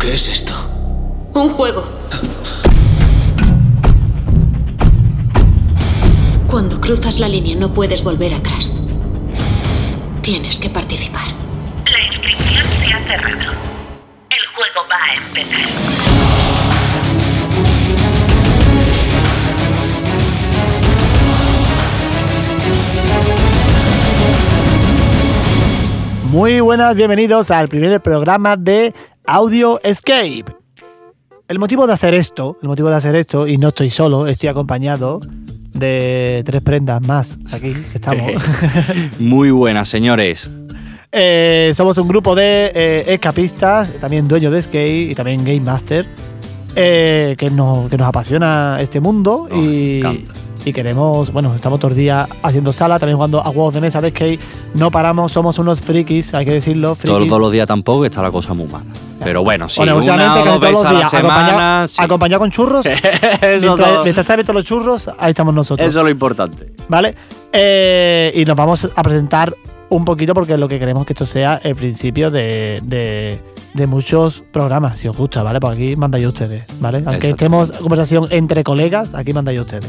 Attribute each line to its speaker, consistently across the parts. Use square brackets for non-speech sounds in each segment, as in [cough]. Speaker 1: ¿Qué es esto?
Speaker 2: Un juego. Cuando cruzas la línea no puedes volver atrás. Tienes que participar.
Speaker 3: La inscripción se ha cerrado. El juego va a empezar.
Speaker 4: Muy buenas, bienvenidos al primer programa de Audio Escape. El motivo de hacer esto, el motivo de hacer esto, y no estoy solo, estoy acompañado de tres prendas más. Aquí estamos.
Speaker 5: [laughs] Muy buenas, señores.
Speaker 4: [laughs] Eh, somos un grupo de eh, escapistas, también dueños de skate y también game master, eh, que, nos, que nos apasiona este mundo
Speaker 5: Nos
Speaker 4: y,
Speaker 5: encanta.
Speaker 4: y queremos, bueno, estamos todos los días haciendo sala, también jugando a juegos de mesa de skate, no paramos, somos unos frikis, hay que decirlo, frikis.
Speaker 5: Todos, todos los días tampoco que está la cosa muy mala. Pero bueno, sí,
Speaker 4: Bueno,
Speaker 5: una
Speaker 4: últimamente
Speaker 5: o
Speaker 4: casi todos
Speaker 5: dos veces
Speaker 4: los
Speaker 5: a la
Speaker 4: días,
Speaker 5: semana.
Speaker 4: acompañado,
Speaker 5: sí.
Speaker 4: acompañado con churros.
Speaker 5: [laughs] eso,
Speaker 4: mientras,
Speaker 5: todo-
Speaker 4: mientras está abierto los churros, ahí estamos nosotros.
Speaker 5: eso es lo importante.
Speaker 4: ¿Vale? Eh, y nos vamos a presentar un poquito porque lo que queremos es que esto sea el principio de, de- de muchos programas, si os gusta, ¿vale? Porque aquí mandáis ustedes, ¿vale? Aunque
Speaker 5: Exactamente.
Speaker 4: estemos conversación entre colegas, aquí mandáis ustedes,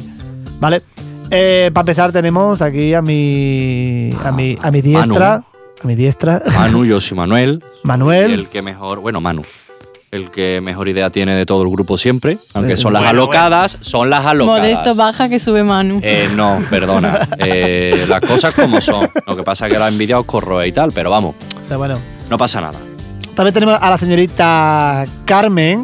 Speaker 4: ¿vale? Eh, para empezar tenemos aquí a mi a mi a mi diestra,
Speaker 5: Manu.
Speaker 4: a mi diestra, [laughs]
Speaker 5: Manu, yo soy Manuel.
Speaker 4: Manuel.
Speaker 5: El que mejor. Bueno, Manu. El que mejor idea tiene de todo el grupo siempre. Aunque son las
Speaker 4: Eh, Bueno,
Speaker 5: alocadas, son las alocadas.
Speaker 6: Modesto baja que sube Manu.
Speaker 5: Eh, no, perdona. Eh, las cosas como son. Lo que pasa es que la envidia os corroe y tal, pero vamos,
Speaker 4: Pero bueno,
Speaker 5: no pasa nada.
Speaker 4: también tenemos a la señorita Carmen.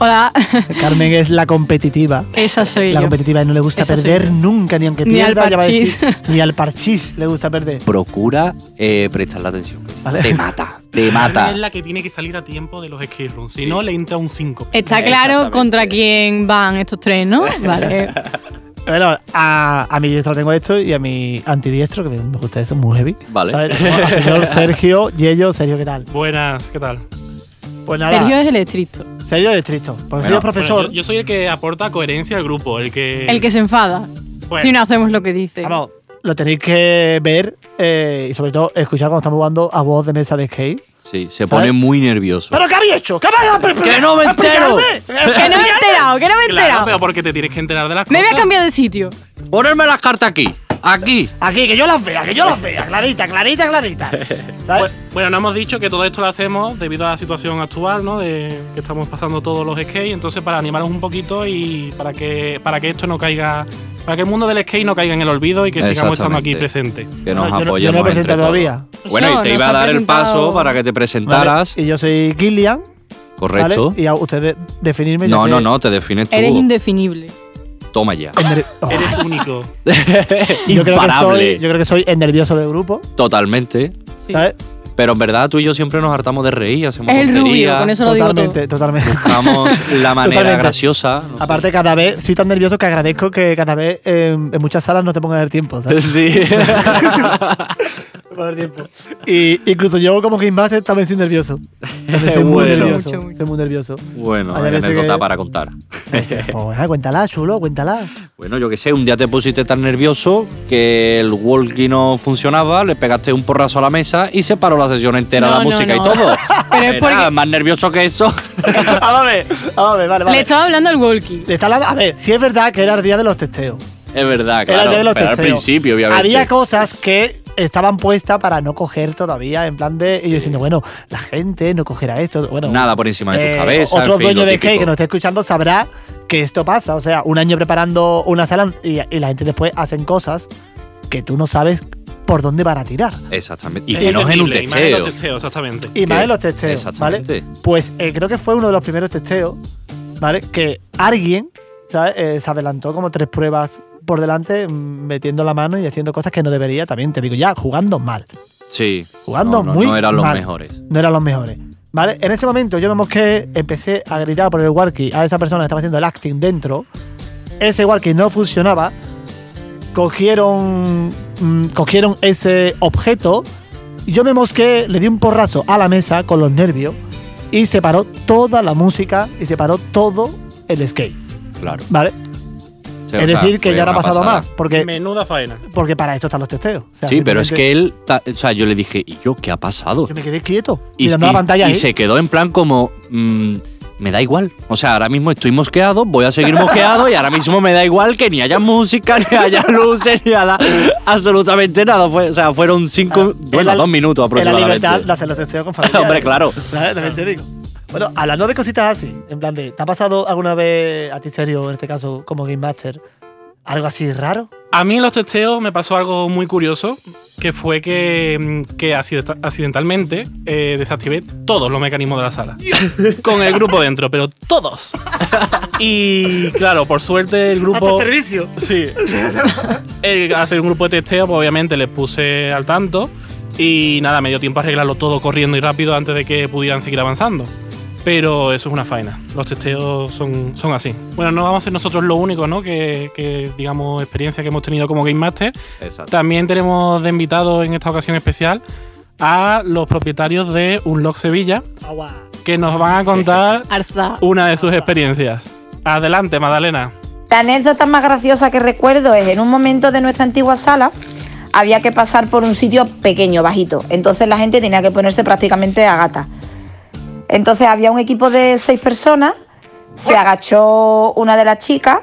Speaker 6: Hola, [laughs]
Speaker 4: Carmen es la competitiva.
Speaker 6: esa soy
Speaker 4: La
Speaker 6: yo.
Speaker 4: competitiva no le gusta
Speaker 6: Esa soy
Speaker 4: perder
Speaker 6: yo.
Speaker 4: nunca, ni aunque
Speaker 6: Ni al
Speaker 4: pierda, ya va a decir-
Speaker 6: [laughs] parchís.
Speaker 4: ni al parchís le gusta perder.
Speaker 5: Procura eh, prestarle atención.
Speaker 4: Vale.
Speaker 5: Te mata, te mata.
Speaker 7: Es la que tiene que salir a tiempo de los skate rooms. Si no, le entra un 5.
Speaker 6: Está
Speaker 5: Exactamente.
Speaker 6: claro contra quién van estos
Speaker 5: [laughs]
Speaker 6: tres, ¿no? Vale.
Speaker 4: Bueno, a, a mi diestro tengo esto y a mi antidiestro, que me me gusta eso, muy heavy.
Speaker 5: Vale.
Speaker 4: ¿Sabes? Tengo al
Speaker 5: [laughs]
Speaker 4: señor Sergio, Yello, Sergio, ¿qué tal?
Speaker 7: Buenas, ¿qué tal?
Speaker 4: Pues nada,
Speaker 6: Sergio
Speaker 4: Sergio,
Speaker 6: es el estricto,
Speaker 4: es estricto. Porque soy
Speaker 5: Bueno,
Speaker 4: el profesor.
Speaker 7: Bueno, yo, yo soy el que aporta coherencia al grupo, el que...
Speaker 6: el que se enfada
Speaker 7: Bueno,
Speaker 6: si no hacemos lo que dice.
Speaker 4: Vamos, lo tenéis que ver eh, y sobre todo escuchar cuando estamos jugando a voz de mesa de skate.
Speaker 5: Sí, se pone muy nervioso.
Speaker 4: ¿Pero qué habéis hecho? ¿Qué habéis
Speaker 5: ¡Que no me entero!
Speaker 6: Que no me he enterado, que no me he
Speaker 7: Claro,
Speaker 6: enterado.
Speaker 7: pero porque te tienes que enterar de las
Speaker 6: Me voy
Speaker 7: cosas.
Speaker 6: a cambiar de sitio.
Speaker 5: Ponerme las cartas aquí. Aquí.
Speaker 4: Aquí, que yo las vea, que yo las vea, clarita, clarita, clarita. ¿Sabes?
Speaker 7: Bu- Bueno, no hemos dicho que todo esto lo hacemos debido a la situación actual, ¿no? De que estamos pasando todos los skate, entonces para animaros un poquito y para que para que esto no caiga, para que el mundo del skate no caiga en el olvido y que sigamos estando aquí
Speaker 5: Exactamente.
Speaker 7: presentes.
Speaker 5: Que
Speaker 4: No,
Speaker 5: nos
Speaker 4: yo no- yo no
Speaker 5: apoyemos.
Speaker 4: he presentado
Speaker 5: entre todos.
Speaker 4: todavía.
Speaker 5: Bueno,
Speaker 6: No,
Speaker 5: y te
Speaker 6: nos
Speaker 5: iba a
Speaker 6: ha
Speaker 5: dar el
Speaker 6: presentado-
Speaker 5: paso para que te
Speaker 4: Vale,
Speaker 5: presentaras.
Speaker 4: Y yo soy Gillian. ¿vale?
Speaker 5: Correcto.
Speaker 4: Y a ustedes definirme. ya
Speaker 5: No,
Speaker 4: que-
Speaker 5: no, no, te defines tú.
Speaker 6: Eres indefinible.
Speaker 5: Toma ya.
Speaker 4: Ener- Oh,
Speaker 7: [laughs] Eres único.
Speaker 4: [laughs] yo, creo que soy,
Speaker 5: Imparable.
Speaker 4: yo creo que soy el nervioso del grupo.
Speaker 5: Totalmente.
Speaker 6: Sí.
Speaker 4: ¿Sabes?
Speaker 5: Pero en verdad tú y yo siempre nos hartamos de reír, hacemos
Speaker 6: Es el rubio,
Speaker 5: tonterías,
Speaker 6: con eso lo digo todo.
Speaker 4: Totalmente, totalmente. [laughs]
Speaker 5: buscamos la manera
Speaker 4: Totalmente.
Speaker 5: graciosa. no sé.
Speaker 4: Aparte, cada vez soy tan nervioso que agradezco que cada vez eh, en muchas salas no te pongan el tiempo.
Speaker 5: [laughs]
Speaker 4: ¿sabes? [laughs]
Speaker 5: [laughs] Sí.
Speaker 4: No te pongan el tiempo. Y incluso yo, como Game Master, también soy nervioso. También soy muy
Speaker 5: Bueno.
Speaker 4: nervioso.
Speaker 6: Mucho, mucho.
Speaker 4: Soy muy nervioso.
Speaker 5: bueno,
Speaker 4: Hay
Speaker 5: hay
Speaker 4: veces
Speaker 5: anécdota
Speaker 4: que-
Speaker 5: para contar.
Speaker 4: Pues, ah, cuéntala, chulo, cuéntala.
Speaker 5: Bueno, yo qué sé, un día te pusiste tan nervioso que el walkie no funcionaba, le pegaste un porrazo a la mesa y se paró la sesión entera
Speaker 6: No,
Speaker 5: la
Speaker 6: no,
Speaker 5: música
Speaker 6: no.
Speaker 5: y
Speaker 4: [laughs]
Speaker 5: todo.
Speaker 6: [laughs] Pero es
Speaker 5: Era
Speaker 6: porque-
Speaker 5: más nervioso que eso. [laughs]
Speaker 4: a ver, a ver, vale,
Speaker 6: Le
Speaker 4: vale.
Speaker 6: estaba hablando al walkie.
Speaker 4: Le está hablando- a ver, si es verdad que era el día de los testeos.
Speaker 5: es verdad,
Speaker 4: Era
Speaker 5: claro.
Speaker 4: el día de los
Speaker 5: pero al
Speaker 4: testeos.
Speaker 5: principio, obviamente.
Speaker 4: Había cosas que estaban puestas para no coger todavía, en plan de. Y yo diciendo, bueno, la gente no cogerá esto. Bueno,
Speaker 5: Nada por encima de tu
Speaker 4: eh,
Speaker 5: cabeza.
Speaker 4: Otro
Speaker 5: en fin,
Speaker 4: dueño
Speaker 5: lo
Speaker 4: de
Speaker 5: típico.
Speaker 4: skate que nos esté escuchando sabrá que esto pasa. O sea, un año preparando una sala y, y la gente después hacen cosas que tú no sabes por dónde van a tirar.
Speaker 5: Exactamente. Y menos en un
Speaker 7: Entendible, y más en
Speaker 5: testeo.
Speaker 7: los testeos, exactamente.
Speaker 4: Y más
Speaker 5: Que-
Speaker 4: en los testeos, ¿vale?
Speaker 5: exactamente.
Speaker 4: Pues eh, creo que fue uno de los primeros testeos, ¿vale? Que alguien, ¿sabes? Eh, se adelantó como tres pruebas por delante, mm, metiendo la mano y haciendo cosas que no debería también, te digo ya, jugando mal.
Speaker 5: Sí.
Speaker 4: Jugando
Speaker 5: no, no,
Speaker 4: muy
Speaker 5: No eran los
Speaker 4: mal.
Speaker 5: mejores.
Speaker 4: No eran los mejores. ¿Vale? En ese momento yo me mosqué, empecé a gritar por el walkie a esa persona que estaba haciendo el acting dentro. Ese walkie no funcionaba. Cogieron, mm, cogieron ese objeto. y Yo me mosqué, le di un porrazo a la mesa con los nervios y se paró toda la música y se paró todo el skate.
Speaker 5: Claro.
Speaker 4: ¿Vale?
Speaker 5: Sí, o
Speaker 4: es
Speaker 5: sea,
Speaker 4: decir, que
Speaker 5: fue
Speaker 4: ya no ha
Speaker 5: una
Speaker 4: pasado
Speaker 5: pasada.
Speaker 4: más, porque,
Speaker 7: Menuda faena.
Speaker 4: porque para eso están los testeos. O sea,
Speaker 5: Sí, pero es
Speaker 4: simplemente-
Speaker 5: que él, ta- o sea, yo le dije, ¿y yo qué ha pasado?
Speaker 4: Yo me quedé quieto,
Speaker 5: Y,
Speaker 4: mirando la
Speaker 5: y-
Speaker 4: pantalla
Speaker 5: y
Speaker 4: ahí.
Speaker 5: se quedó en plan como, mm, me da igual. O sea, ahora mismo estoy mosqueado, voy a seguir mosqueado y ahora mismo me da igual que ni haya música, [laughs] ni haya luces, ni nada. Absolutamente nada. Fue- o sea, fueron cinco, bueno,
Speaker 4: Ah, Era-
Speaker 5: dos minutos
Speaker 4: era la
Speaker 5: aproximadamente.
Speaker 4: libertad de hacer los testeos con familia.
Speaker 5: Hombre, claro.
Speaker 4: ¿Sabes? También te digo. Bueno, hablando de cositas así, en plan de, ¿te ha pasado alguna vez, a ti serio, en este caso, como Game Master, algo así raro?
Speaker 7: A mí en los testeos me pasó algo muy curioso, que fue que, mm, que accidenta- accidentalmente eh, desactivé todos los mecanismos de
Speaker 4: [laughs]
Speaker 7: la sala. Con el grupo dentro, pero todos. Y claro, por suerte el
Speaker 4: Hasta
Speaker 7: grupo...
Speaker 4: el servicio.
Speaker 7: Sí. El, hacer un grupo de testeo, pues obviamente les puse al tanto. Y nada, me dio tiempo a arreglarlo todo corriendo y rápido antes de que pudieran seguir avanzando. Pero eso es una faena. Los testeos son, son así. Bueno, no vamos a ser nosotros lo único, ¿no? Que, que, digamos, experiencia que hemos tenido como Game Master.
Speaker 5: Exacto.
Speaker 7: También tenemos de invitado en esta ocasión especial a los propietarios de Unlock Sevilla,
Speaker 4: Agua.
Speaker 7: que nos van a contar
Speaker 6: [laughs] Arza.
Speaker 7: una de sus experiencias. Adelante, Madalena.
Speaker 1: La anécdota más graciosa que recuerdo es en un momento de nuestra antigua sala había que pasar por un sitio pequeño, bajito. Entonces la gente tenía que ponerse prácticamente a gata. Entonces había un equipo de seis personas, se agachó una de las chicas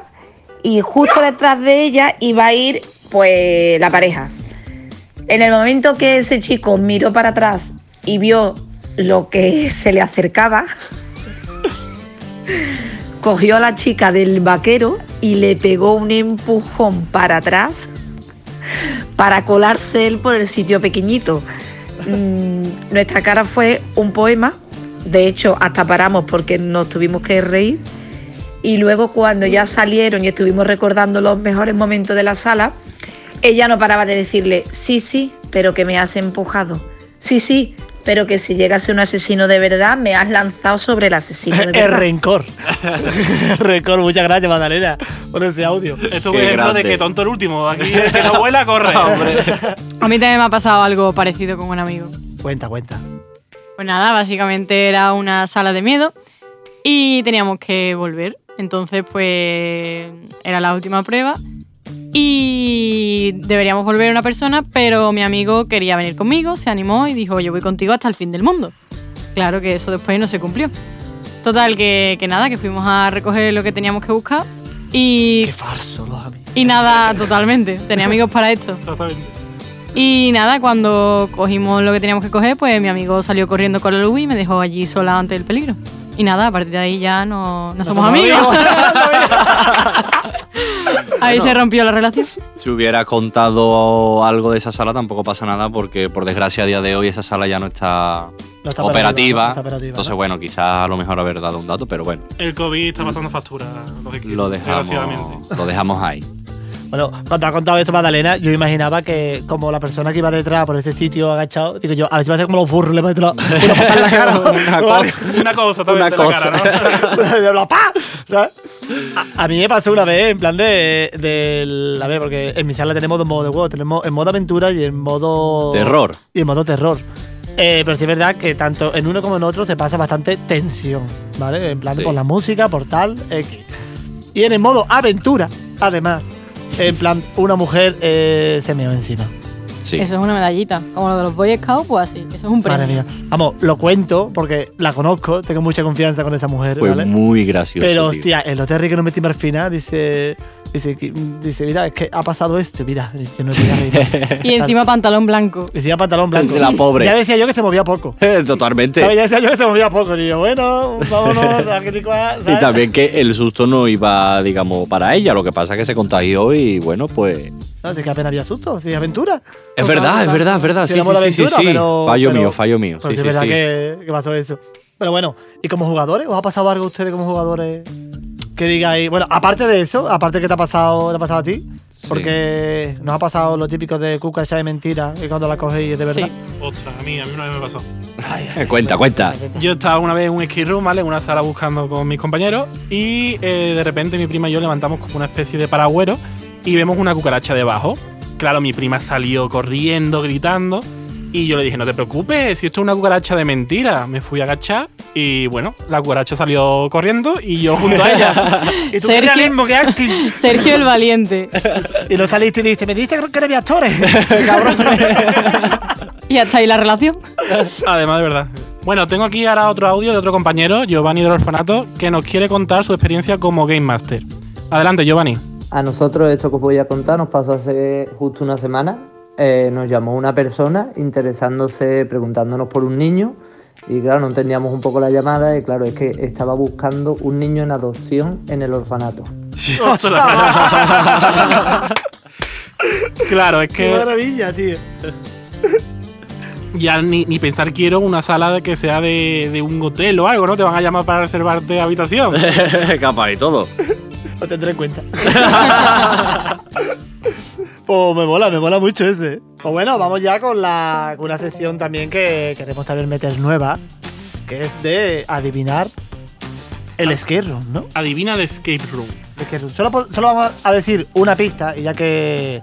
Speaker 1: y justo detrás de ella iba a ir pues la pareja. En el momento que ese chico miró para atrás y vio lo que se le acercaba, cogió a la chica del vaquero y le pegó un empujón para atrás para colarse él por el sitio pequeñito. Mm, nuestra cara fue un poema, de hecho hasta paramos porque nos tuvimos que reír y luego cuando ya salieron y estuvimos recordando los mejores momentos de la sala, ella no paraba de decirle, sí, sí, pero que me has empujado, sí, sí. Pero que si llegase un asesino de verdad, me has lanzado sobre el asesino
Speaker 4: [laughs]
Speaker 1: de
Speaker 4: El
Speaker 1: verdad.
Speaker 4: Eh, rencor. el rencor, muchas gracias, Magdalena, por ese audio.
Speaker 7: Esto es
Speaker 5: Qué
Speaker 7: un ejemplo
Speaker 5: grande.
Speaker 7: de que tonto el último. Aquí el que no vuela
Speaker 5: [laughs]
Speaker 7: corre.
Speaker 6: A mí también me ha pasado algo parecido con un amigo.
Speaker 4: Cuenta, cuenta.
Speaker 6: Pues nada, básicamente era una sala de miedo y teníamos que volver. Entonces, pues era la última prueba y deberíamos volver una persona, pero mi amigo quería venir conmigo, se animó y dijo, yo voy contigo hasta el fin del mundo. Claro que eso después no se cumplió. Total, que, que nada, que fuimos a recoger lo que teníamos que buscar y,
Speaker 4: Qué falso, los amigos.
Speaker 6: y nada, totalmente. Tenía amigos para esto.
Speaker 7: Exactamente.
Speaker 6: Y nada, cuando cogimos lo que teníamos que coger, pues mi amigo salió corriendo con la luz y me dejó allí sola ante el peligro. Y nada, a partir de ahí ya no, no somos,
Speaker 4: somos
Speaker 6: amigos. [laughs] ahí se rompió la relación.
Speaker 5: Si hubiera contado algo de esa sala tampoco pasa nada porque por desgracia a día de hoy esa sala ya no está,
Speaker 4: No está operativa,
Speaker 5: operativa.
Speaker 4: no está operativa,
Speaker 5: Entonces
Speaker 4: ¿no?
Speaker 5: bueno, quizás a lo mejor haber dado un dato, pero bueno,
Speaker 7: El COVID está pasando factura. Los equipos,
Speaker 5: lo
Speaker 7: desgraciadamente.
Speaker 5: dejamos, lo dejamos ahí.
Speaker 4: Bueno, cuando ha contado esto Magdalena, yo imaginaba que como la persona que iba detrás por ese sitio agachado, digo yo, a ver si va a ser como los burros, le va a meter
Speaker 5: [laughs]
Speaker 4: la- una patada en la cara.
Speaker 5: Una cosa.
Speaker 7: Una cosa también
Speaker 5: Una
Speaker 7: de la cara,
Speaker 5: cosa.
Speaker 4: [laughs]
Speaker 7: ¿no?
Speaker 4: De la pa, ¿sabes? A, a mí me pasó una vez, en plan de, del- A ver, porque en mi sala tenemos dos modos de juego. Tenemos en modo aventura y en modo...
Speaker 5: [laughs] Terror.
Speaker 4: Y en modo terror. Eh, pero sí es verdad que tanto en uno como en otro se pasa bastante tensión, ¿vale? En plan de
Speaker 5: Sí.
Speaker 4: por la música, por tal, X. Y en el modo aventura, además, en plan una mujer eh, se meó encima.
Speaker 5: Sí.
Speaker 6: Eso es una medallita. Como lo de los Boy Scouts, pues así. Eso es un premio.
Speaker 4: Madre mía. Vamos, lo cuento porque la conozco, tengo mucha confianza con esa mujer,
Speaker 5: Fue
Speaker 4: ¿vale?
Speaker 5: muy gracioso.
Speaker 4: Pero
Speaker 5: tío.
Speaker 4: hostia, el hotel que nos metimos al final dice, dice, que- dice, mira, es que ha pasado esto, mira, yo no voy a reír.
Speaker 6: Y encima pantalón blanco.
Speaker 4: Decía pantalón blanco.
Speaker 5: La pobre.
Speaker 4: Ya decía yo que se movía poco.
Speaker 5: [laughs] Totalmente.
Speaker 4: ¿Sabes? Ya decía yo que se movía poco. Digo, bueno, vámonos a
Speaker 5: Y también que el susto no iba, digamos, para ella. Lo que pasa es que se contagió y bueno, pues.
Speaker 4: No, si es que apenas había susto, si es aventura.
Speaker 5: Es verdad, es verdad, es verdad.
Speaker 4: Si
Speaker 5: Sí,
Speaker 4: era modo
Speaker 5: sí, sí,
Speaker 4: aventura,
Speaker 5: sí, sí.
Speaker 4: pero-
Speaker 5: Fallo
Speaker 4: pero-
Speaker 5: mío, fallo mío.
Speaker 4: Pero sí,
Speaker 5: Sí,
Speaker 4: es
Speaker 5: sí,
Speaker 4: verdad
Speaker 5: sí.
Speaker 4: Que, que pasó eso. Pero bueno, ¿y como jugadores? ¿Os ha pasado algo a ustedes como jugadores? Que digáis, bueno, aparte de eso, aparte que te ha pasado, te ha pasado a ti, porque nos ha pasado lo típico de cucaracha de mentira, que cuando la cogéis es de verdad.
Speaker 6: Sí.
Speaker 7: Ostras, a mí, a mí una vez me pasó.
Speaker 5: Eh, [laughs] Cuenta, cuenta.
Speaker 7: Yo estaba una vez en un ski room, ¿vale? En una sala buscando con mis compañeros y eh, de repente mi prima y yo levantamos como una especie de paragüero y vemos una cucaracha debajo. Claro, mi prima salió corriendo, gritando Y yo le dije, no te preocupes, si esto es una cucaracha de mentira. Me fui a agachar y bueno, la cucaracha salió corriendo y yo junto a ella.
Speaker 4: Y tú, qué
Speaker 6: Sergio-
Speaker 4: realismo, qué
Speaker 6: [laughs]
Speaker 4: acting.
Speaker 6: Sergio el Valiente.
Speaker 4: Y lo saliste y dijiste, me dijiste que era mi actores.
Speaker 6: [laughs]
Speaker 4: Cabrón.
Speaker 6: Y hasta ahí la relación.
Speaker 7: [laughs] Además, de verdad. Bueno, tengo aquí ahora otro audio de otro compañero, Giovanni del Orfanato, que nos quiere contar su experiencia como Game Master. Adelante, Giovanni.
Speaker 8: A nosotros esto que os voy a contar nos pasó hace justo una semana. Eh, nos llamó una persona interesándose, preguntándonos por un niño. Y claro, no entendíamos un poco la llamada y claro, es que estaba buscando un niño en adopción en el orfanato.
Speaker 7: [laughs] claro, es
Speaker 4: qué
Speaker 7: que
Speaker 4: maravilla, tío.
Speaker 7: ya ni, ni pensar quiero una sala de- que sea de, de un hotel o algo, ¿no? Te van a llamar para reservarte habitación.
Speaker 5: [laughs] Capaz y todo.
Speaker 4: [laughs] Lo tendré en cuenta. pues me mola, me mola mucho ese. Pues bueno, vamos ya con la con una sesión también que queremos también meter nueva, que es de adivinar el escape room, ¿no?
Speaker 7: Adivina el escape room.
Speaker 4: El escape room. Solo, po- solo vamos a decir una pista, y ya que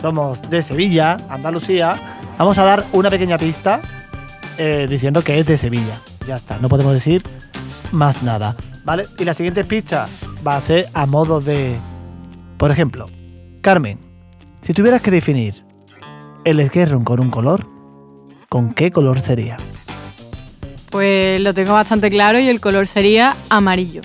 Speaker 4: somos de Sevilla, Andalucía, vamos a dar una pequeña pista eh, diciendo que es de Sevilla. Ya está, no podemos decir más nada. ¿Vale? Y la siguiente pista va a ser a modo de. Por ejemplo, Carmen, si tuvieras que definir el escape room con un color, ¿con qué color sería?
Speaker 6: Pues lo tengo bastante claro y el color sería amarillo.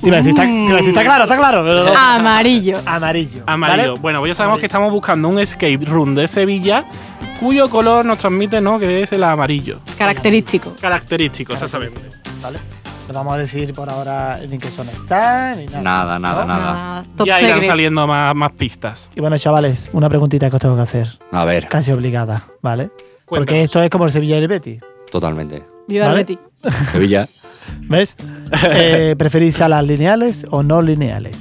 Speaker 4: Te iba a decir, está, te iba a decir, está claro, está claro. pero no.
Speaker 6: Ah. Amarillo.
Speaker 4: Amarillo. ¿vale?
Speaker 7: Amarillo. Bueno, pues ya sabemos
Speaker 4: Amarillo.
Speaker 7: que estamos buscando un escape room de Sevilla cuyo color nos transmite, ¿no? Que es el amarillo.
Speaker 6: Característico.
Speaker 7: Característico, exactamente.
Speaker 4: ¿Vale? No vamos a decir por ahora ni qué zona está, ni nada.
Speaker 5: Nada, nada,
Speaker 4: ¿no?
Speaker 5: nada.
Speaker 6: Ah, top
Speaker 7: ya irán
Speaker 6: secret.
Speaker 7: saliendo más, más pistas.
Speaker 4: Y bueno, chavales, una preguntita que os tengo que hacer,
Speaker 5: A ver,
Speaker 4: casi obligada, ¿vale? Porque
Speaker 7: Cuéntanos.
Speaker 4: esto es como el Sevilla y el Betis,
Speaker 5: totalmente.
Speaker 6: Viva el
Speaker 4: ¿Vale?
Speaker 6: Betis.
Speaker 5: Sevilla. [laughs]
Speaker 4: ¿ves? Eh, ¿Preferís salas lineales o no lineales?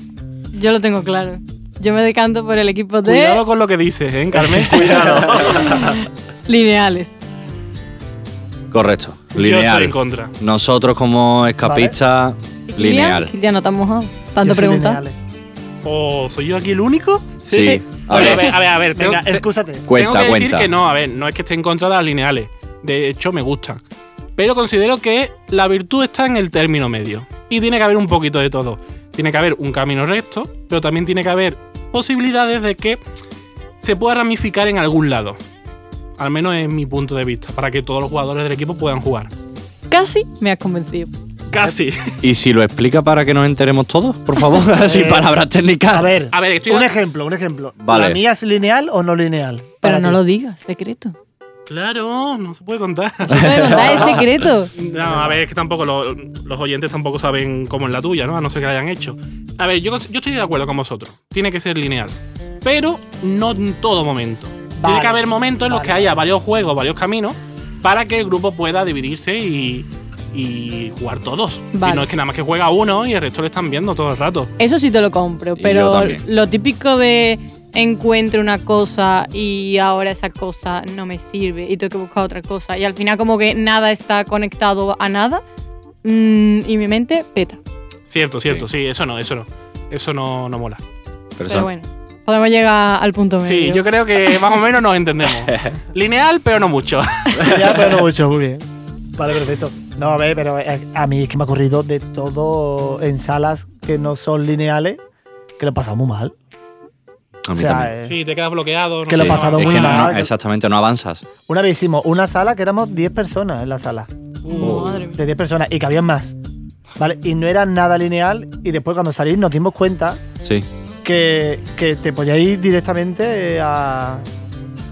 Speaker 6: Yo lo tengo claro. Yo me decanto por el equipo de
Speaker 7: Cuidado con lo que dices, ¿eh, Carmen? Cuidado.
Speaker 6: lineales.
Speaker 5: Correcto.
Speaker 7: [laughs] Yo estoy en
Speaker 5: Lineal.
Speaker 7: contra.
Speaker 5: Nosotros como escapistas, lineal.
Speaker 6: Ya no estamos mojado. Tanto
Speaker 4: Yo soy
Speaker 6: preguntar.
Speaker 4: lineales.
Speaker 7: ¿O Oh, ¿soy yo aquí el único?
Speaker 5: Sí. A
Speaker 7: A ver,
Speaker 5: ver,
Speaker 7: a ver, a ver, a ver, tengo-
Speaker 4: Venga,
Speaker 7: te-
Speaker 4: excúsate.
Speaker 5: cuenta,
Speaker 7: tengo que
Speaker 5: cuenta.
Speaker 7: decir que no, a ver, no es que esté en contra de las lineales. De hecho, me gustan. Pero considero que la virtud está en el término medio. Y tiene que haber un poquito de todo. Tiene que haber un camino recto, pero también tiene que haber posibilidades de que se pueda ramificar en algún lado. Al menos es mi punto de vista, para que todos los jugadores del equipo puedan jugar.
Speaker 6: Casi me has convencido.
Speaker 7: Casi.
Speaker 5: ¿Y si lo explica para que nos enteremos todos, por favor? [laughs] Así, palabras técnicas.
Speaker 4: A ver,
Speaker 7: Eh, Ah, A ver, estoy
Speaker 4: un ejemplo, un ejemplo.
Speaker 5: Vale.
Speaker 4: ¿La mía es lineal o no lineal?
Speaker 6: Pero no
Speaker 4: ti.
Speaker 6: lo digas, secreto.
Speaker 7: Claro, [laughs] no se puede contar.
Speaker 5: [laughs]
Speaker 6: No me contar, es secreto.
Speaker 7: No, a ver, es que tampoco lo- los oyentes tampoco saben cómo es la tuya, ¿no? A no ser que la hayan hecho. A ver, yo, yo estoy de acuerdo con vosotros. Tiene que ser lineal. Pero no en todo momento. Tiene
Speaker 4: Vale,
Speaker 7: que haber momentos en los
Speaker 4: vale,
Speaker 7: que haya varios juegos, varios caminos, para que el grupo pueda dividirse y, y jugar todos.
Speaker 6: Vale.
Speaker 7: Y no es que nada más que juega uno y el resto le están viendo todo el rato.
Speaker 6: Eso sí te lo compro,
Speaker 5: Y yo
Speaker 6: pero
Speaker 5: también.
Speaker 6: lo típico de encuentro una cosa y ahora esa cosa no me sirve y tengo que buscar otra cosa y al final como que nada está conectado a nada mm, y mi mente peta.
Speaker 7: Cierto, cierto, sí, eso no, eso no. Eso no, no mola.
Speaker 5: Pero
Speaker 6: Pero
Speaker 5: eso-
Speaker 6: bueno, podemos llegar al punto medio.
Speaker 7: Sí, yo creo que más o menos
Speaker 4: [laughs]
Speaker 7: nos entendemos. Lineal, pero no mucho.
Speaker 4: Ya, pero no mucho, muy bien. Vale, perfecto. No, a ver, pero eh, a mí es que me ha ocurrido de todo en salas que no son lineales, que lo he pasado muy mal.
Speaker 5: A
Speaker 4: O
Speaker 5: mí
Speaker 4: sea,
Speaker 5: también.
Speaker 4: eh,
Speaker 7: Sí, te quedas bloqueado. no
Speaker 4: Que lo
Speaker 7: sé,
Speaker 4: he pasado
Speaker 7: no-
Speaker 5: es
Speaker 4: muy
Speaker 5: que no-
Speaker 4: mal.
Speaker 5: no, exactamente, no avanzas.
Speaker 4: una vez hicimos una sala que éramos 10 personas en la sala,
Speaker 6: Madre mía.
Speaker 4: de 10 personas, y que habían más. ¿Vale? Y no era nada lineal, y después cuando salí nos dimos cuenta
Speaker 5: Sí.
Speaker 4: que, que te podías ir directamente eh, a,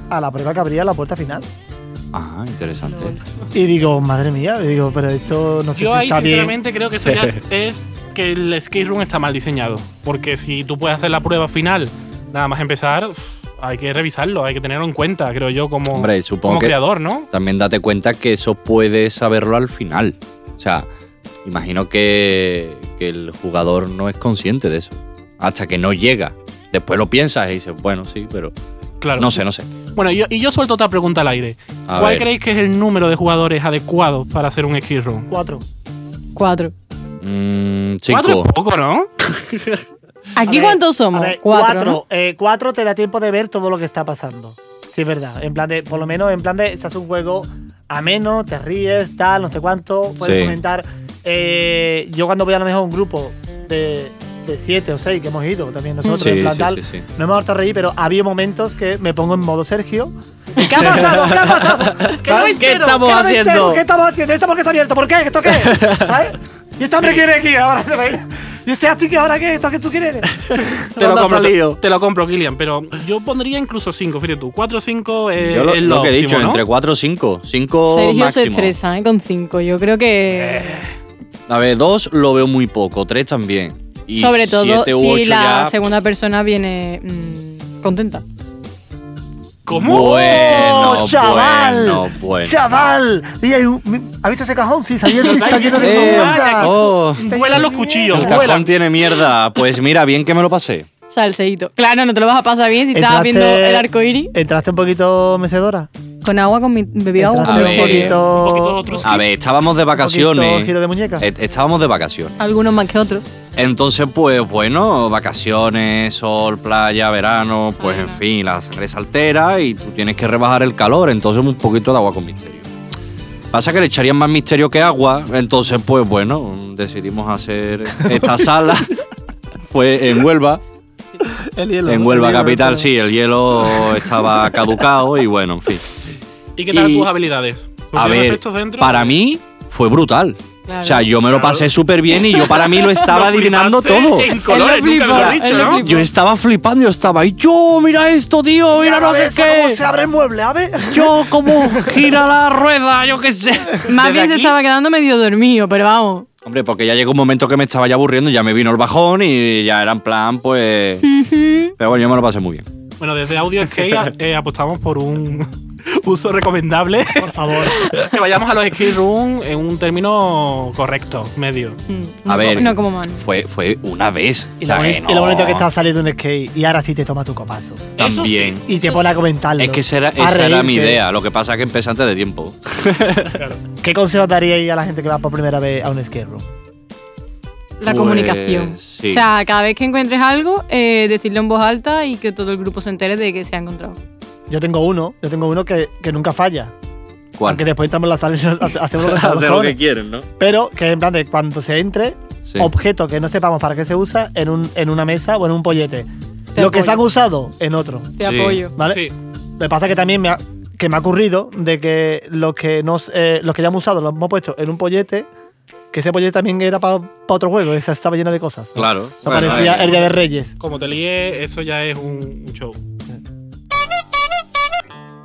Speaker 4: a la prueba que abría la puerta final.
Speaker 5: Ajá, Ah, interesante.
Speaker 4: Y digo, madre mía, y digo, pero esto no sé
Speaker 7: Yo
Speaker 4: si
Speaker 7: ahí
Speaker 4: está bien.
Speaker 7: sinceramente creo que eso
Speaker 4: [laughs]
Speaker 7: ya es que el skate room está mal diseñado. Porque si tú puedes hacer la prueba final, nada más empezar, uf, hay que revisarlo, hay que tenerlo en cuenta, creo yo, como,
Speaker 5: Hombre, supongo
Speaker 7: como
Speaker 5: que-
Speaker 7: creador, ¿no?
Speaker 5: También date cuenta que eso puedes saberlo al final. O sea, imagino que, que el jugador no es consciente de eso. Hasta que no llega. Después lo piensas y dices, bueno, sí, pero.
Speaker 7: Claro.
Speaker 5: No sé, no sé.
Speaker 7: Bueno, y yo, y yo suelto otra pregunta al aire.
Speaker 5: A
Speaker 7: ¿Cuál
Speaker 5: ver.
Speaker 7: creéis que es el número de jugadores adecuados para hacer un skate room?
Speaker 4: Cuatro.
Speaker 6: Cuatro.
Speaker 5: Mm,
Speaker 7: Cuatro
Speaker 5: cinco.
Speaker 7: es poco, ¿no?
Speaker 4: A
Speaker 6: ¿Aquí
Speaker 4: ver,
Speaker 6: cuántos
Speaker 4: a
Speaker 6: somos?
Speaker 4: ver,
Speaker 6: cuatro.
Speaker 4: cuatro, eh, cuatro te da tiempo de ver todo lo que está pasando. Sí, es verdad. En plan de, por lo menos, en plan de, se hace un juego ameno, te ríes, tal, no sé cuánto. Puedes
Speaker 5: Sí.
Speaker 4: comentar. Eh, yo cuando voy a lo mejor a un grupo de, de siete o seis que hemos ido también nosotros,
Speaker 5: Mm. Sí,
Speaker 4: en plan
Speaker 5: sí,
Speaker 4: tal,
Speaker 5: sí, sí.
Speaker 4: no hemos harto a reír, pero había momentos que me pongo en modo Sergio. ¿Y ¿Qué ha pasado? [laughs] ¿Qué ha pasado? ¿Qué, no me
Speaker 5: ¿Qué
Speaker 4: entero?
Speaker 5: estamos
Speaker 4: ¿Qué no me
Speaker 5: haciendo?
Speaker 4: entero? ¿Qué estamos haciendo? ¿Esto por qué está abierto? ¿Por qué?
Speaker 5: [laughs]
Speaker 4: ¿Esto qué? ¿Sabes? ¿Y este hombre quiere aquí ahora? ¿Y este así que ahora qué? ¿Esto qué tú quieres?
Speaker 7: [laughs] Te lo,
Speaker 5: ¿Dónde ha
Speaker 7: compro,
Speaker 5: salido?
Speaker 7: te, te lo compro, Kilian, pero yo pondría incluso 5, fíjate tú. 4 o 5 es,
Speaker 5: Yo lo,
Speaker 7: es
Speaker 5: lo que he
Speaker 7: óptimo,
Speaker 5: dicho,
Speaker 7: ¿no?
Speaker 5: entre 4 o 5. 5
Speaker 6: Sergio
Speaker 5: máximo. Eh,
Speaker 6: se estresa ¿eh? con 5. Yo creo que.
Speaker 5: A ver, 2 lo veo muy poco, 3 también. Y
Speaker 6: sobre todo
Speaker 5: siete u
Speaker 6: si
Speaker 5: ocho
Speaker 6: la
Speaker 5: ya- pues,
Speaker 6: segunda persona viene mm, contenta.
Speaker 7: ¿Cómo?
Speaker 5: Bueno,
Speaker 4: ¡Oh, chaval!
Speaker 5: Eh, bueno, bueno.
Speaker 4: ¡Chaval! Mira, hay un- ¿Has visto ese cajón? Sí, se ha abierto y está lleno de
Speaker 5: Eh,
Speaker 4: mierda.
Speaker 5: oh.
Speaker 4: Está
Speaker 7: Vuelan
Speaker 4: lleno
Speaker 7: los
Speaker 4: de
Speaker 7: cuchillos,
Speaker 5: El
Speaker 4: mierda.
Speaker 7: vuelan.
Speaker 5: cajón tiene mierda. Pues mira, bien que me lo pasé.
Speaker 6: Salseíto. Claro, no te lo vas a pasar bien si estabas
Speaker 4: Entraste-
Speaker 6: viendo el arco iris.
Speaker 4: ¿Entraste un poquito mecedora?
Speaker 6: Con agua, con mi. Bebí agua
Speaker 4: ¿Entraste
Speaker 5: A
Speaker 6: con
Speaker 5: ver.
Speaker 4: un poquito...?
Speaker 7: Un poquito otro
Speaker 5: A ver, estábamos de
Speaker 4: poquito
Speaker 5: vacaciones.
Speaker 4: giro de muñeca.
Speaker 5: Est- Estábamos de vacaciones.
Speaker 6: Algunos más que otros.
Speaker 5: Entonces, pues bueno, vacaciones, sol, playa, verano, pues en fin, la sangre se altera y tú tienes que rebajar el calor, entonces un poquito de agua con misterio. Pasa que le echarían más misterio que agua, entonces pues bueno, decidimos hacer esta sala. Fue en Huelva,
Speaker 4: El hielo,
Speaker 5: en
Speaker 4: ¿no?
Speaker 5: Huelva
Speaker 4: El hielo,
Speaker 5: capital,
Speaker 4: el
Speaker 5: sí, el hielo estaba caducado y bueno, en fin.
Speaker 7: ¿Y qué tal
Speaker 5: Y-
Speaker 7: tus habilidades?
Speaker 5: A
Speaker 7: ¿Tienes
Speaker 5: ver,
Speaker 7: efectos dentro?
Speaker 5: para mí fue brutal.
Speaker 6: Claro.
Speaker 5: O sea, yo me lo
Speaker 7: Claro.
Speaker 5: pasé súper bien y yo para
Speaker 4: [laughs]
Speaker 5: mí lo estaba
Speaker 7: Lo
Speaker 5: adivinando
Speaker 7: flipaste
Speaker 5: todo.
Speaker 7: En [laughs] colores, nunca
Speaker 6: flipa,
Speaker 7: lo has
Speaker 6: él
Speaker 7: dicho,
Speaker 6: lo
Speaker 7: ¿no?
Speaker 6: flipa.
Speaker 5: Yo estaba flipando, yo estaba ahí, yo, mira esto, tío, mira no sé
Speaker 4: ves ¿Cómo
Speaker 5: qué.
Speaker 4: se abre el mueble, a ver?
Speaker 5: Yo,
Speaker 4: [laughs]
Speaker 5: como gira la rueda, yo qué sé.
Speaker 6: Más
Speaker 7: Desde
Speaker 6: bien se
Speaker 7: aquí-
Speaker 6: estaba quedando medio dormido, pero vamos.
Speaker 5: Hombre, porque ya llegó un momento que me estaba ya aburriendo, ya me vino el bajón y ya era en plan, pues. Pero bueno, yo me lo pasé muy bien.
Speaker 7: Bueno, desde Audio Skate eh, apostamos por un [laughs] uso recomendable.
Speaker 4: Por favor.
Speaker 7: [laughs] que vayamos a los skate room en un término correcto, medio.
Speaker 6: Mm,
Speaker 5: A
Speaker 6: no
Speaker 5: ver.
Speaker 6: como- no como mano.
Speaker 5: Fue, fue una vez.
Speaker 4: Y lo,
Speaker 5: O sea,
Speaker 4: boni-
Speaker 5: no.
Speaker 4: y lo bonito que está saliendo un skate. Y ahora sí te toma tu copazo.
Speaker 5: También.
Speaker 4: Y te pone a comentarlo.
Speaker 5: Es que esa era,
Speaker 4: a
Speaker 5: esa era mi
Speaker 4: reírte.
Speaker 5: idea, lo que pasa es que empecé antes de tiempo.
Speaker 4: ¿Qué consejos daríais a la gente que va por primera vez a un skate room?
Speaker 6: La
Speaker 5: Pues,
Speaker 6: comunicación.
Speaker 5: sí.
Speaker 6: O sea, cada vez que encuentres algo, eh, decirlo en voz alta y que todo el grupo se entere de que se ha encontrado.
Speaker 4: Yo tengo uno, yo tengo uno que, que nunca falla.
Speaker 5: ¿Cuál?
Speaker 4: Aunque después entramos en la sala y hace- hacemos lo que,
Speaker 5: [laughs] Hacer lo que
Speaker 4: cojones.
Speaker 5: quieren, ¿no?
Speaker 4: Pero que en plan de cuando se entre,
Speaker 5: Sí.
Speaker 4: objeto que no sepamos para qué se usa en, un, en una mesa o en un pollete.
Speaker 6: Te
Speaker 4: lo que
Speaker 6: apoyo.
Speaker 4: se han usado en otro.
Speaker 6: Te
Speaker 5: Sí.
Speaker 6: apoyo.
Speaker 4: ¿Vale?
Speaker 7: Sí.
Speaker 4: Me pasa que también me ha, que me ha ocurrido de que los que, nos, eh, los que ya hemos usado los hemos puesto en un pollete, que ese pollete también era para otro juego, ese estaba lleno de cosas.
Speaker 5: Claro.
Speaker 4: O sea,
Speaker 5: Bueno,
Speaker 4: parecía
Speaker 5: eh,
Speaker 4: el Día de Reyes.
Speaker 7: Como te lié, eso ya es un, un show.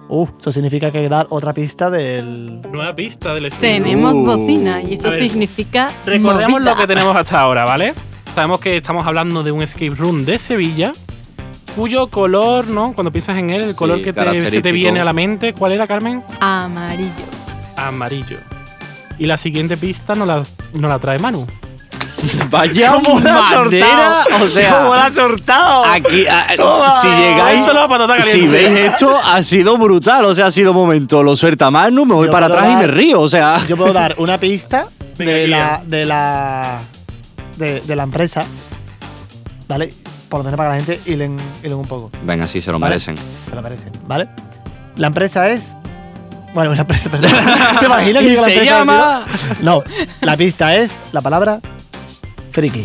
Speaker 4: Uh, eso significa que hay que dar otra pista del...
Speaker 7: Nueva pista del skate room.
Speaker 6: Tenemos
Speaker 5: Uh.
Speaker 6: bocina y
Speaker 7: A
Speaker 6: eso
Speaker 7: ver,
Speaker 6: significa.
Speaker 7: Recordemos
Speaker 6: movida.
Speaker 7: lo que tenemos hasta ahora, ¿vale? Sabemos que estamos hablando de un escape room de Sevilla, cuyo color, ¿no? Cuando piensas en él, el
Speaker 5: Sí,
Speaker 7: color que te, se te
Speaker 5: característico.
Speaker 7: viene a la mente, ¿cuál era, Carmen?
Speaker 6: Amarillo.
Speaker 7: Amarillo. Y la siguiente pista no la, no la trae Manu.
Speaker 5: Vaya manera,
Speaker 4: [laughs]
Speaker 5: o
Speaker 4: ¿Cómo la
Speaker 5: sea,
Speaker 4: has sortado?
Speaker 5: aquí a-
Speaker 4: Toma.
Speaker 5: si llegáis,
Speaker 7: Esto es la patata caliente.
Speaker 5: si veis esto, ha sido brutal, o sea, ha sido momento, lo suelta Manu, me voy
Speaker 4: Yo
Speaker 5: para
Speaker 4: puedo
Speaker 5: atrás y me
Speaker 4: dar-
Speaker 5: río, o sea,
Speaker 4: [laughs] Yo puedo dar una pista
Speaker 7: Venga,
Speaker 4: de, la,
Speaker 7: Kilian.
Speaker 4: de la. de, de la empresa. ¿Vale? Por lo menos para que la gente hilen, hilen un poco.
Speaker 5: venga, sí se lo
Speaker 4: Vale.
Speaker 5: merecen.
Speaker 4: Se lo merecen, ¿vale? La empresa es. Bueno, la empresa, [laughs] perdón. ¿Te imaginas que
Speaker 5: Y
Speaker 4: digo la
Speaker 5: se
Speaker 4: empresa?
Speaker 5: llama
Speaker 4: tío? No, la pista es la palabra friki.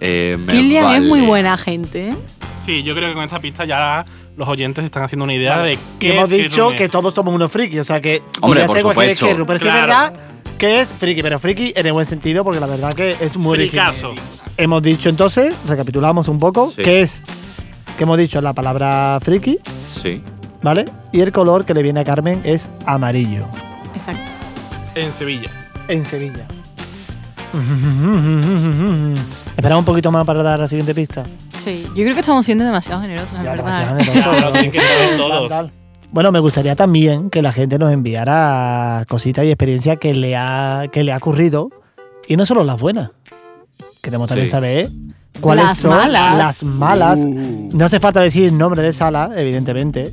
Speaker 5: Eh, me
Speaker 6: Kilian es
Speaker 5: vale.
Speaker 6: muy buena gente. ¿eh?
Speaker 7: Sí, yo creo que con esta pista ya los oyentes están haciendo una idea
Speaker 4: Vale.
Speaker 7: de
Speaker 4: Y
Speaker 7: qué
Speaker 4: hemos
Speaker 7: escape
Speaker 4: dicho
Speaker 7: room
Speaker 4: que
Speaker 7: es.
Speaker 4: todos somos unos friki, o sea que.
Speaker 5: Hombre,
Speaker 4: podría
Speaker 5: por
Speaker 4: ser cualquier
Speaker 5: supuesto.
Speaker 4: esquerro, Pero sí es
Speaker 7: Claro.
Speaker 4: verdad que es friki, pero friki en el buen sentido, porque la verdad que es muy original.
Speaker 7: Fricazo.
Speaker 4: Hemos dicho entonces, recapitulamos un poco,
Speaker 5: Sí.
Speaker 4: que es que hemos dicho la palabra friki,
Speaker 5: Sí.
Speaker 4: ¿vale? Y el color que le viene a Carmen es amarillo.
Speaker 6: Exacto.
Speaker 7: en Sevilla.
Speaker 4: En Sevilla. [laughs] Esperamos un poquito más para dar la siguiente pista.
Speaker 6: Sí. Yo creo que estamos siendo demasiado generosos, en
Speaker 4: Ya,
Speaker 6: Ah, [laughs] verdad.
Speaker 4: demasiado generoso,
Speaker 7: Claro,
Speaker 4: pero-
Speaker 7: tienen
Speaker 4: [laughs]
Speaker 7: que saber todos.
Speaker 4: Tal, tal. Bueno, me gustaría también que la gente nos enviara cositas y experiencias que le ha, que le ha ocurrido. Y no solo las buenas. Queremos también
Speaker 5: Sí.
Speaker 4: saber cuáles
Speaker 6: Las
Speaker 4: son
Speaker 6: malas.
Speaker 4: las malas.
Speaker 5: Uh.
Speaker 4: No hace falta decir nombre de sala, evidentemente.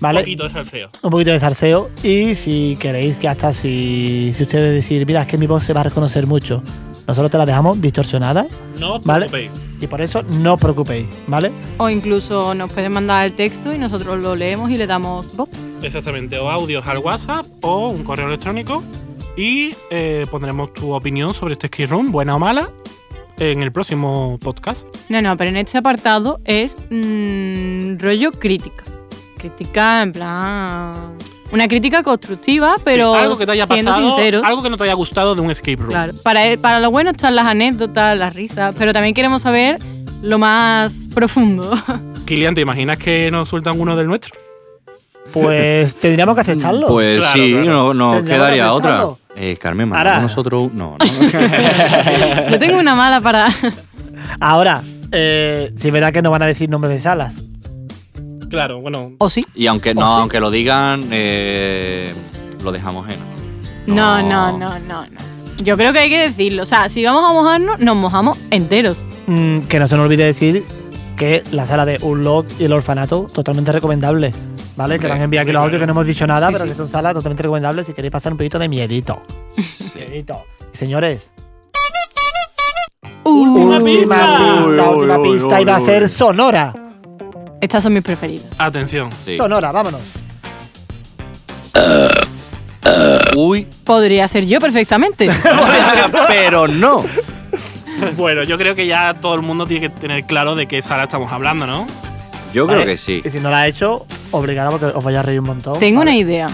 Speaker 4: ¿Vale?
Speaker 7: Un poquito de salseo.
Speaker 4: un poquito de zarceo y si queréis que hasta si, si ustedes decir, mira, es que mi voz se va a reconocer mucho, nosotros te la dejamos distorsionada,
Speaker 7: No os
Speaker 4: Vale.
Speaker 7: preocupéis.
Speaker 4: Y por eso no os preocupéis, ¿vale?
Speaker 6: O incluso nos pueden mandar el texto y nosotros lo leemos y le damos voz.
Speaker 7: Exactamente, o audios al WhatsApp o un correo electrónico. Y eh, pondremos tu opinión sobre este Ski Room, buena o mala, en el próximo podcast.
Speaker 6: No, no, pero en este apartado es mm, rollo crítica. Crítica en plan. Una crítica constructiva, pero
Speaker 7: Sí, algo que te haya
Speaker 6: siendo
Speaker 7: pasado,
Speaker 6: sinceros.
Speaker 7: algo que no te haya gustado de un escape room.
Speaker 6: Claro. Para, para lo bueno están las anécdotas, las risas, pero también queremos saber lo más profundo. [laughs]
Speaker 7: Kilian, ¿te imaginas que nos sueltan uno del nuestro?
Speaker 4: Pues tendríamos que aceptarlo.
Speaker 5: Pues
Speaker 7: Claro,
Speaker 5: sí,
Speaker 7: claro.
Speaker 5: no, no
Speaker 4: Tendríamos que
Speaker 5: quedaría otra.
Speaker 4: aceptarlo.
Speaker 5: Eh, Carmen,
Speaker 4: Ahora.
Speaker 5: mandamos nosotros. un- No,
Speaker 4: [laughs]
Speaker 5: no.
Speaker 6: Yo tengo una mala para.
Speaker 4: Ahora, eh, si verá que no van a decir nombres de salas.
Speaker 7: Claro, bueno.
Speaker 6: ¿O sí?
Speaker 5: y aunque no,
Speaker 4: ¿O Oh, sí?
Speaker 5: aunque lo digan, eh, lo dejamos en.
Speaker 6: No, no, no, no, no. Yo creo que hay que decirlo. O sea, si vamos a mojarnos, nos mojamos enteros.
Speaker 4: Mm, que no se nos olvide decir que la sala de Unlock y el orfanato, totalmente recomendable. ¿Vale? Que nos han enviado aquí los audios que no hemos dicho nada,
Speaker 6: Sí,
Speaker 4: pero
Speaker 6: sí.
Speaker 4: que son salas totalmente recomendables si queréis pasar un poquito de
Speaker 5: [laughs]
Speaker 4: miedito. Miedito. Y señores,
Speaker 6: Uh.
Speaker 7: Última
Speaker 4: última
Speaker 7: pista.
Speaker 4: pista,
Speaker 5: Uy,
Speaker 4: última
Speaker 5: uy, uy,
Speaker 4: pista, y va a
Speaker 5: uy.
Speaker 4: ser Sonora.
Speaker 6: Estas son mis preferidas.
Speaker 7: [laughs] Atención.
Speaker 5: Sí.
Speaker 4: Sonora, vámonos.
Speaker 5: Uy, [laughs]
Speaker 6: Podría ser yo perfectamente.
Speaker 5: pero no.
Speaker 7: Bueno, yo creo que ya todo el mundo tiene que tener claro de qué sala estamos hablando, ¿no?
Speaker 5: Yo
Speaker 4: ¿Vale?
Speaker 5: creo que sí.
Speaker 4: Y si no la ha hecho, obligada porque os vais a reír un montón.
Speaker 6: Tengo
Speaker 4: ¿vale?
Speaker 6: una idea.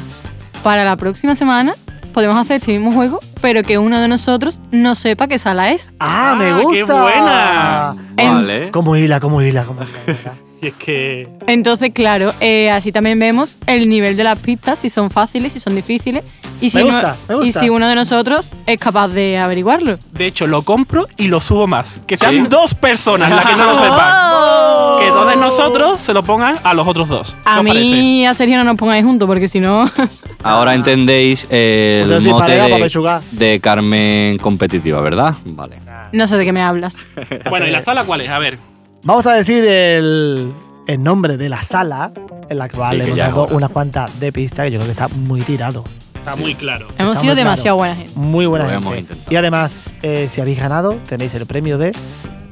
Speaker 6: Para la próxima semana podemos hacer este mismo juego, pero que uno de nosotros no sepa qué sala es.
Speaker 4: ¡Ah, me
Speaker 7: Ah,
Speaker 4: gusta!
Speaker 7: qué
Speaker 4: Ah,
Speaker 7: buena.
Speaker 6: En-
Speaker 5: Vale.
Speaker 4: Como hila, como hila, como hila.
Speaker 7: Si es que.
Speaker 6: Entonces, claro, eh, así también vemos el nivel de las pistas, si son fáciles, si son difíciles, y si,
Speaker 4: Me
Speaker 6: uno-
Speaker 4: gusta, me
Speaker 6: y
Speaker 4: gusta.
Speaker 6: si uno de nosotros es capaz de averiguarlo.
Speaker 7: De hecho, lo compro y lo subo más. Que sean
Speaker 5: Sí.
Speaker 7: dos personas las que no lo sepan.
Speaker 6: [laughs]
Speaker 7: Que dos de nosotros se lo pongan a los otros dos. ¿Qué
Speaker 6: Oh. A
Speaker 7: os parece?
Speaker 6: mí y a Sergio no nos pongáis juntos, porque si no...
Speaker 5: Ahora entendéis eh,
Speaker 4: Yo
Speaker 5: el
Speaker 4: soy
Speaker 5: mote
Speaker 4: pareja para
Speaker 5: de,
Speaker 4: pechugar.
Speaker 5: de Carmen competitiva, ¿verdad? Vale.
Speaker 6: no sé de qué me hablas.
Speaker 7: Bueno, ¿y la sala cuál es? A ver.
Speaker 4: Vamos a decir el, el nombre de la sala en la cual
Speaker 5: Sí, que
Speaker 4: hemos
Speaker 5: ya es
Speaker 4: dado
Speaker 5: hora.
Speaker 4: unas cuantas de pista que yo creo que está muy tirado.
Speaker 7: Está muy claro.
Speaker 6: Hemos
Speaker 4: Estamos
Speaker 6: sido
Speaker 4: claros.
Speaker 6: demasiado buena gente.
Speaker 4: Muy buena
Speaker 5: Lo
Speaker 4: gente.
Speaker 5: hemos intentado.
Speaker 4: Y además, eh, si habéis ganado, tenéis el premio de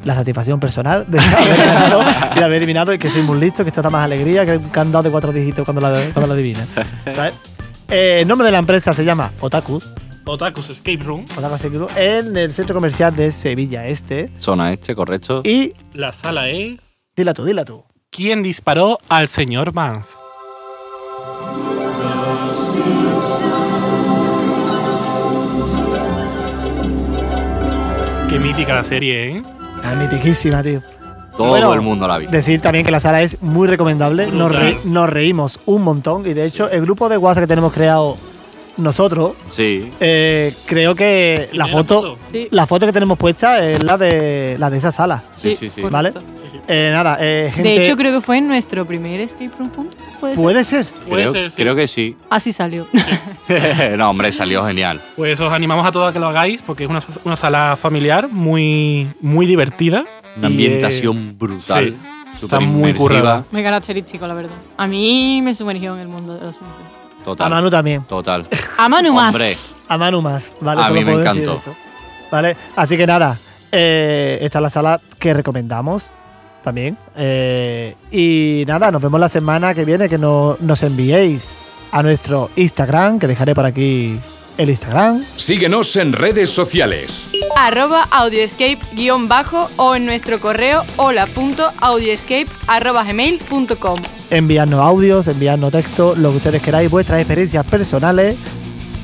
Speaker 4: la satisfacción personal de [laughs] haber ganado y de haber adivinado y que soy muy listo, que esto da más alegría que un candado de cuatro dígitos cuando la, cuando la adivina. ¿Sabes? Eh, el nombre de la empresa se llama Otakus,
Speaker 7: Otakus Escape Room,
Speaker 4: Otakus Secret Group, en el centro comercial de Sevilla Este.
Speaker 5: Zona este, correcto.
Speaker 4: Y
Speaker 7: la sala es.
Speaker 4: dila tú, dila tú.
Speaker 7: ¿Quién disparó al señor Vance? Qué mítica la serie, ¿eh?
Speaker 4: La mitiquísima, tío.
Speaker 5: Todo
Speaker 4: bueno,
Speaker 5: el mundo la ha visto.
Speaker 4: Decir también que la sala es muy recomendable. Nos,
Speaker 7: Brutal.
Speaker 4: re- nos reímos un montón. Y de hecho, el grupo de WhatsApp que tenemos creado nosotros,
Speaker 5: Sí.
Speaker 4: eh, creo que la
Speaker 7: ¿Tiene la
Speaker 4: foto,
Speaker 7: foto?
Speaker 6: Sí.
Speaker 4: la foto que tenemos puesta es la de, la de esa sala.
Speaker 5: Sí, sí, sí.
Speaker 4: ¿Vale?
Speaker 6: correcto.
Speaker 4: Eh, nada, eh, gente.
Speaker 6: De hecho, creo que fue nuestro primer escape room juntos. ¿Puede ser?
Speaker 4: puede ser.
Speaker 7: Puede
Speaker 5: Creo,
Speaker 7: ser, sí.
Speaker 5: creo que sí. [laughs]
Speaker 6: Así salió.
Speaker 5: no, hombre, salió genial.
Speaker 7: Pues os animamos a todos a que lo hagáis porque es una, una sala familiar muy, muy divertida.
Speaker 5: Una
Speaker 7: y, eh,
Speaker 5: ambientación brutal.
Speaker 7: sí.
Speaker 5: súper
Speaker 7: muy
Speaker 5: inmersiva,
Speaker 7: currada.
Speaker 6: muy característico, la verdad. A mí me sumergió en el mundo de los mundos.
Speaker 4: A
Speaker 5: Total.
Speaker 4: Manu también. [laughs]
Speaker 5: Total.
Speaker 6: A Manu más.
Speaker 5: Hombre,
Speaker 4: A Manu más. ¿vale?
Speaker 5: A
Speaker 4: Solo
Speaker 5: mí me
Speaker 4: puedo decir
Speaker 5: encantó.
Speaker 4: eso, ¿Vale? Así que nada, eh, esta es la sala que recomendamos también. Eh, y nada, nos vemos la semana que viene, que no- nos enviéis a nuestro Instagram, que dejaré por aquí el Instagram.
Speaker 9: Síguenos en redes sociales.
Speaker 6: arroba audioescape guión bajo o en nuestro correo hola.audioescape arroba gmail.com.
Speaker 4: Enviadnos audios, enviadnos textos, lo que ustedes queráis, vuestras experiencias personales.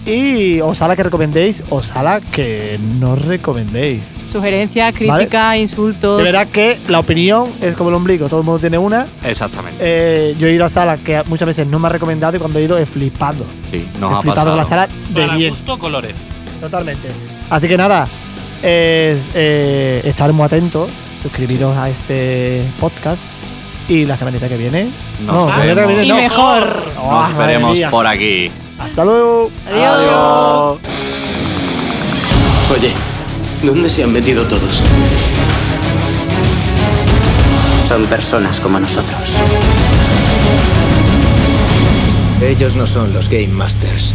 Speaker 4: Y o sala que recomendéis o sala que no recomendéis.
Speaker 6: Sugerencias, críticas, insultos.
Speaker 4: De verdad que la opinión es como el ombligo, todo el mundo tiene una.
Speaker 5: exactamente.
Speaker 4: Eh, yo he ido a salas que muchas veces no me han recomendado y cuando he ido he flipado.
Speaker 5: Sí,
Speaker 4: he
Speaker 5: nos ha
Speaker 4: flipado
Speaker 5: pasado.
Speaker 4: con la sala de
Speaker 7: Para
Speaker 4: bien,
Speaker 7: gusto colores.
Speaker 4: totalmente. Así que nada, es, eh, estar muy atentos, suscribiros a este podcast y la semanita que viene.
Speaker 5: Nos
Speaker 4: la semanita que
Speaker 5: vemos.
Speaker 4: viene
Speaker 6: y
Speaker 4: no.
Speaker 6: mejor.
Speaker 4: Oh,
Speaker 5: Nos
Speaker 4: madre
Speaker 5: veremos
Speaker 4: mía.
Speaker 5: por aquí.
Speaker 4: Hasta luego.
Speaker 6: Adiós.
Speaker 10: Oye, ¿dónde se han metido todos?
Speaker 11: Son personas como nosotros.
Speaker 10: Ellos no son los Game Masters.